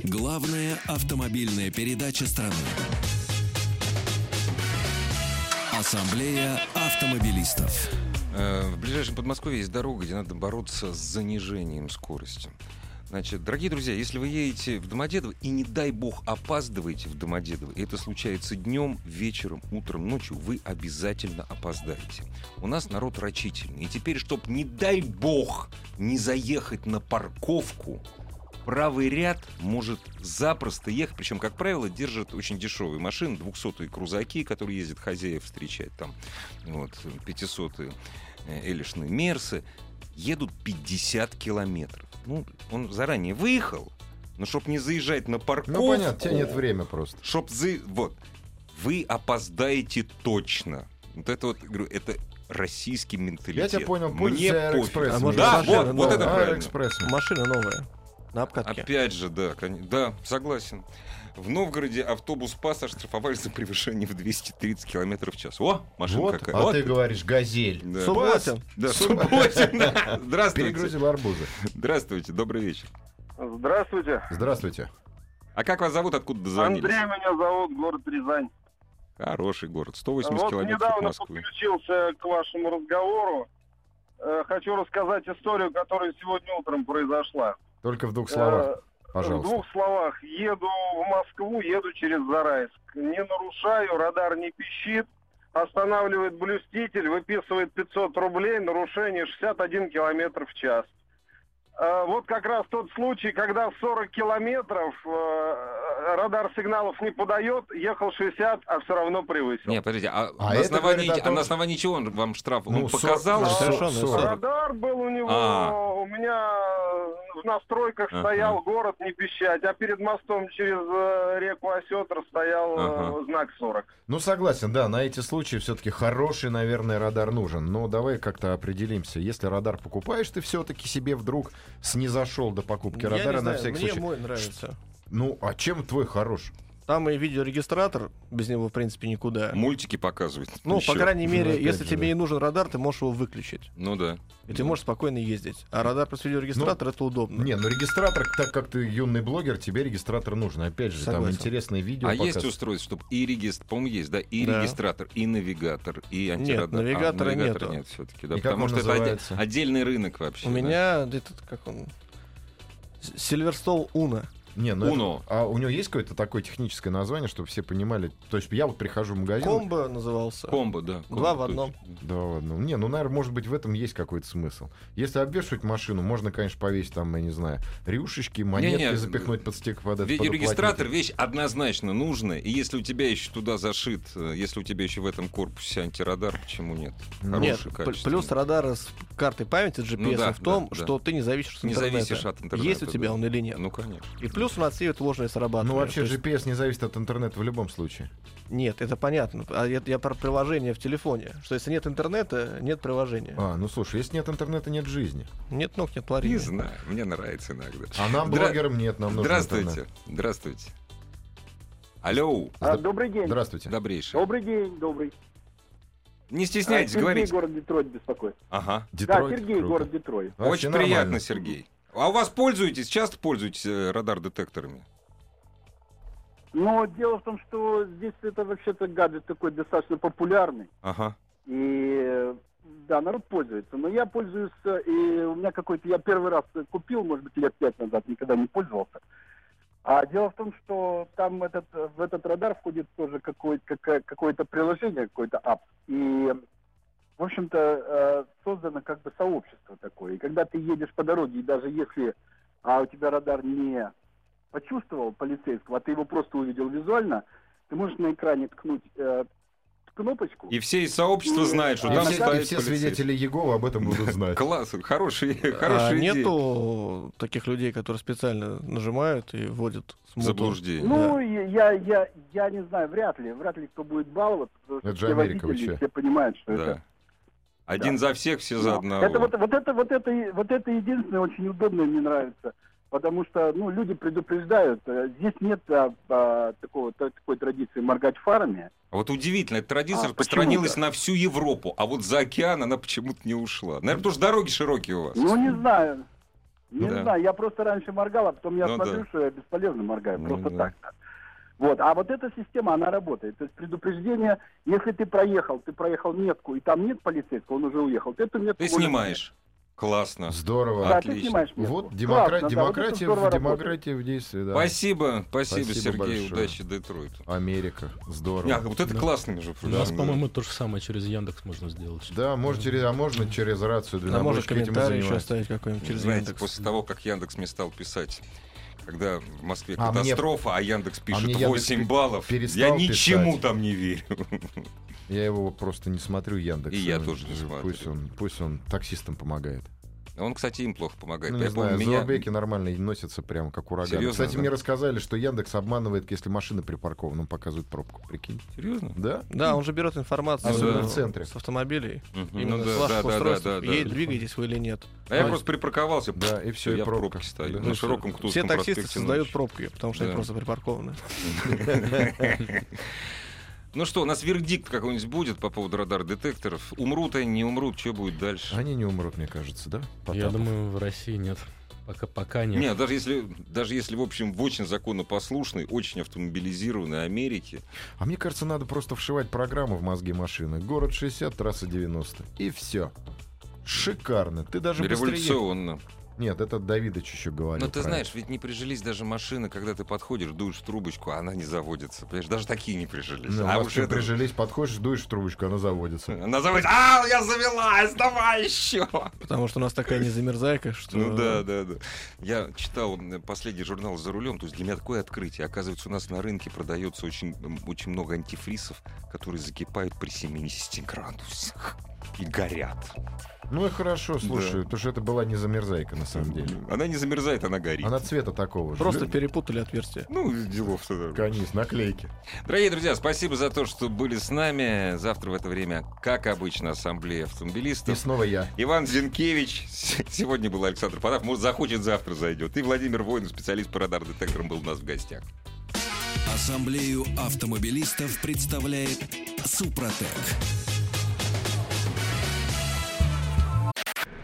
E: Главная автомобильная передача страны. Ассамблея автомобилистов.
A: Э, В ближайшем Подмосковье есть дорога, где надо бороться с занижением скорости. Значит, дорогие друзья, если вы едете в Домодедово и, не дай бог, опаздываете в Домодедово, и это случается днем, вечером, утром, ночью, вы обязательно опоздаете. У нас народ рачительный. И теперь, чтобы, не дай бог, не заехать на парковку, правый ряд может запросто ехать. Причем, как правило, держат очень дешевые машины, 200-е крузаки, которые ездят хозяев встречать, там, вот, 500-е э, элишные мерсы, едут 50 километров. Ну, он заранее выехал, но чтобы не заезжать на парковку...
B: Ну понятно, тянет время просто.
A: Чтоб за... Вот. Вы опоздаете точно. Вот это вот, говорю, это российский
B: Я
A: менталитет.
B: тебя понял,
A: Мне
B: пользуйся
A: пофиг.
B: Аэроэкспрессом.
D: А может, А,
A: Да,
D: Саша,
A: вот, вот
D: да,
A: это правильно.
B: Аэроэкспрессом.
D: Машина новая. На обкатке.
A: Опять же, да, кон- да, согласен. В Новгороде автобус пас оштрафовали за превышение в 230 км в час. О, машина
B: Вот,
A: какая.
B: а
A: Вот.
B: ты говоришь газель.
A: Да.
D: Субботин.
A: Да, Субботин, да. Здравствуйте.
B: Перегрузил арбузы.
A: Здравствуйте, добрый вечер.
F: Здравствуйте.
B: Здравствуйте.
A: А как вас зовут, откуда дозвонились?
F: Андрей меня зовут, город Рязань.
A: Хороший город, 180
F: вот
A: километров от
F: недавно
A: Москвы.
F: подключился к вашему разговору. Э, Хочу рассказать историю, которая сегодня утром произошла.
B: Только в двух словах,
F: Э, В
B: пожалуйста.
F: двух словах. Еду в Москву, еду через Зарайск. Не нарушаю, радар не пищит. Останавливает блюститель, выписывает 500 рублей, нарушение 61 километр в час. Э, Вот как раз тот случай, когда в 40 километров э, радар сигналов не подает, ехал 60, а все равно превысил.
A: Не, подождите, а,
B: А
A: на,
B: это
A: основании,
B: говорит о
A: а на
B: том-
A: основании чего он вам штраф?
B: Ну,
A: он
B: сорок-
A: показал,
F: сорок-
A: что...
D: Совершенно
B: сорок.
D: сорок.
F: Радар был у него,
A: А.
F: у меня в настройках
A: Ага.
F: стоял город не пищать, а перед мостом через э, реку Осетр стоял э,
A: Ага.
F: знак 40.
B: Ну, согласен, да, на эти случаи все-таки хороший, наверное, радар нужен. Но давай как-то определимся. Если радар покупаешь, ты все-таки себе вдруг снизошел до покупки
D: Я не
B: радара на
D: знаю,
B: всякий
D: мне
B: случай.
D: мой нравится.
B: Ну, а чем твой хорош?
D: Там и видеорегистратор, без него, в принципе, никуда.
A: Мультики показывает.
D: Ну,
A: ещё.
D: по крайней
B: Ну,
D: мере,
B: опять
D: если
B: же,
D: тебе
B: да.
D: не нужен радар, ты можешь его выключить.
A: Ну да.
D: И ты можешь спокойно ездить. А радар плюс видеорегистратор это удобно.
B: Не, ну регистратор, так как ты юный блогер, тебе регистратор нужен. Опять же,
D: Согласен.
B: там интересные видео.
A: А
B: показывают.
A: есть устройство, чтобы и регистр, по-моему, есть, да, и
D: Да.
A: регистратор, и навигатор, и антирадар. А,
D: навигатора нету.
A: нет все-таки, да,
B: И как
A: потому
B: он
A: что это оде-
B: называется?
A: отдельный рынок вообще.
D: У
A: да.
D: меня этот, как он, С- Сильверстол Уна.
B: Не, ну
A: Uno.
B: это- а у него есть какое-то такое техническое название, чтобы все понимали? То есть я вот прихожу в магазин...
D: Комбо назывался.
A: Комбо, да. комбо,
D: Два в
A: точно.
D: одном.
B: Да ладно. Не, ну, наверное, может быть, в этом есть какой-то смысл. Если обвешивать машину, можно, конечно, повесить там, я не знаю, рюшечки, монетки
A: Не-не, э,
B: запихнуть под стек под этот
A: Видеорегистратор
B: подоплотнитель.
A: вещь однозначно нужная. И если у тебя еще туда зашит, э, если у тебя еще в этом корпусе антирадар, почему нет?
B: Нет,
D: Нет,
A: Хороший,
D: пл-
A: качественный.
D: плюс радара с картой памяти GPS
A: Ну да,
D: в том,
A: да, да.
D: что ты не зависишь от
A: Не
D: интернета.
A: зависишь от интернета,
D: Есть у тебя
A: да.
D: он или нет.
A: Ну, конечно.
D: И плюс плюс у нас и вот ложное срабатывание.
B: Ну, вообще
D: То есть-
B: GPS не зависит от интернета в любом случае.
D: Нет, это понятно. А я, я про приложение в телефоне. Что если нет интернета, нет приложения.
B: А, ну слушай, если нет интернета, нет жизни.
D: Нет ног, нет
A: Не
D: ларей.
A: знаю, мне нравится иногда.
B: А нам,
A: Здра-
B: блогерам, нет, нам нужен интернет.
A: Здравствуйте. Здравствуйте. Алло,
H: А, добрый день.
B: Здравствуйте.
A: добрейший.
H: Добрый день, добрый.
A: Не
H: А,
A: стесняйтесь,
H: Сергей,
A: говорите.
H: город Детройт беспокоит.
A: Ага.
B: Детройт,
H: да, Сергей,
B: круто.
H: город Детройт.
B: Вообще
A: Очень
B: нормально.
A: приятно, Сергей. А у вас пользуетесь, часто пользуетесь э, радар-детекторами?
H: Но дело в том, что здесь это вообще-то гаджет такой достаточно популярный.
A: Ага.
H: И э, да, народ пользуется. Но я пользуюсь, э, и у меня какой-то, я первый раз купил, может быть, лет пять назад, никогда не пользовался. А дело в том, что там этот, э, в этот радар входит тоже какой- какая- какое-то приложение, какой-то ап. И, в общем-то, э, создано как бы сообщество такое. И когда ты едешь по дороге, и даже если а у тебя радар не почувствовал полицейского, а ты его просто увидел визуально, ты можешь на экране ткнуть э, кнопочку.
A: И все из сообщества знают, что
B: И
A: там
B: все-
A: стоит
B: и все
A: полицейский.
B: свидетели Егова об этом будут знать.
A: Класс, хороший,
D: А
A: хорошая идея.
D: нету таких людей, которые специально нажимают и вводят смуту?
A: Заблуждение.
D: А
H: Ну, я- я, я, я не знаю, вряд ли, вряд ли кто будет баловаться, потому что
B: Это же
H: все
B: Америка, вы
H: водители,
B: чё?
H: все понимают, что это.
A: Да. Один за всех, все
H: Да.
A: за одного.
H: Это вот, вот это вот это и- вот это единственное очень удобное мне нравится, потому что ну люди предупреждают. э, Здесь нет а, а, такого та- такой традиции моргать фарами.
A: А вот удивительно, эта
H: А,
A: традиция распространилась
H: почему-то.
A: на всю Европу, а вот за океан она почему-то не ушла. Наверное, потому что дороги широкие у вас.
H: Ну не знаю, не
A: Ну Да.
H: знаю. Я просто раньше моргал, а потом я
A: Ну
H: смотрю,
A: да.
H: что я бесполезно моргаю,
A: Ну
H: просто
A: да.
H: так. Вот, а вот эта система, она работает. То есть предупреждение, если ты проехал, ты проехал метку, и там нет полицейского, он уже уехал, ты эту метку
A: Ты
H: уже
A: снимаешь. Классно.
B: Здорово.
H: Да,
A: Отлично.
H: ты снимаешь метку.
B: Вот
H: Классно,
B: демокра-
H: да, вот это
B: демократия,
H: здорово
B: в-
H: работает.
B: демократия в действии, да.
A: Спасибо, спасибо,
B: Спасибо
A: Сергей,
B: большое.
A: удачи Детройту.
B: Америка. Здорово.
A: А, вот это
C: Да.
A: классно, между
C: У
A: прочим.
C: нас, по-моему, то же самое через Яндекс можно сделать.
B: Да, может через, а можно через рацию
D: А можно
B: дальнобойщики этим и
D: комментарий еще
B: занимаются.
D: оставить какой-нибудь через
A: Знаете,
D: Яндекс.
A: после того, как Яндекс мне стал писать, когда в Москве
B: А мне-
A: катастрофа, а Яндекс пишет
B: мне Яндекс
A: 8
B: пе-
A: баллов, я
B: перестал
A: ничему
B: писать.
A: там не верю.
B: Я его просто не смотрю, Яндекс.
A: И я
B: Он-
A: тоже не смотрю.
B: Пусть он, пусть он таксистам помогает.
A: Он, кстати, им плохо помогает.
B: Ну, не
A: Э, Я помню,
B: знаю,
A: меня-
B: Заурбеки нормально и носятся прям как ураган.
A: Серьезно,
B: Кстати,
A: да?
B: мне рассказали, что Яндекс обманывает, если машина припаркована, он показывает пробку, прикинь.
A: Серьезно?
B: Да?
D: Да, он же берет информацию
A: Особенно
D: э,
B: А, в центре.
D: с автомобилей.
A: Мгм.
D: Именно
A: Ну
D: с
A: да,
D: ваших
A: да, да,
D: устройств.
A: да, да.
D: Ей двигаетесь вы или нет.
A: А я просто припарковался,
B: Да,
A: пф,
B: и всё, и
A: я в
B: пробка.
A: пробке стою.
B: Да.
A: На широком
D: ну, Все
A: Ктулском
D: таксисты
A: проспекте
D: создают
A: ночью.
D: пробки, потому что
A: Да.
D: они просто припаркованы.
A: Ну что, у нас вердикт какой-нибудь будет по поводу радар-детекторов. Умрут они, не умрут, что будет дальше?
B: Они не умрут, мне кажется, да?
C: Я
B: Потапов?
C: думаю, в России нет. Пока, пока нет.
A: Нет, даже если, даже если, в общем, в очень законопослушной, очень автомобилизированной Америке,
B: А мне кажется, надо просто вшивать программу в мозги машины. Город 60, трасса 90. И все. Шикарно. Ты даже быстрее...
A: революционно.
B: Нет, это Давидыч еще говорил.
A: Но Ну, ты
B: про
A: знаешь, ведь не прижились даже машины, когда ты подходишь, дуешь в трубочку, а она не заводится. Понимаешь, даже такие не
B: это.
A: прижились.
B: Ну,
A: а
B: а
A: уж это...
B: прижились, подходишь, дуешь в трубочку, она заводится.
A: Она заводится. А, я завелась, давай еще.
D: Потому что у нас такая незамерзайка, что...
A: Ну да, да, да. Я читал м, последний журнал «За рулем», то есть для меня такое открытие. Оказывается, у нас на рынке продается очень, м, очень много антифризов, которые закипают при 70 градусах и горят.
B: Ну и хорошо, слушай,
A: Да.
B: потому что это была не замерзайка на самом деле.
A: Она не замерзает, она горит.
B: Она цвета такого же.
D: Просто перепутали отверстие.
A: Ну, делов-то. да.
B: Конец, наклейки.
A: Дорогие друзья, спасибо за то, что были с нами. Завтра в это время, как обычно, ассамблея
B: И
A: автомобилистов.
B: снова я.
A: Иван Зинкевич. С- Сегодня был Александр Панов. Может, захочет, завтра зайдет. И Владимир Воин, специалист по радар-детекторам, был у нас в гостях.
E: Ассамблею автомобилистов представляет Супротек.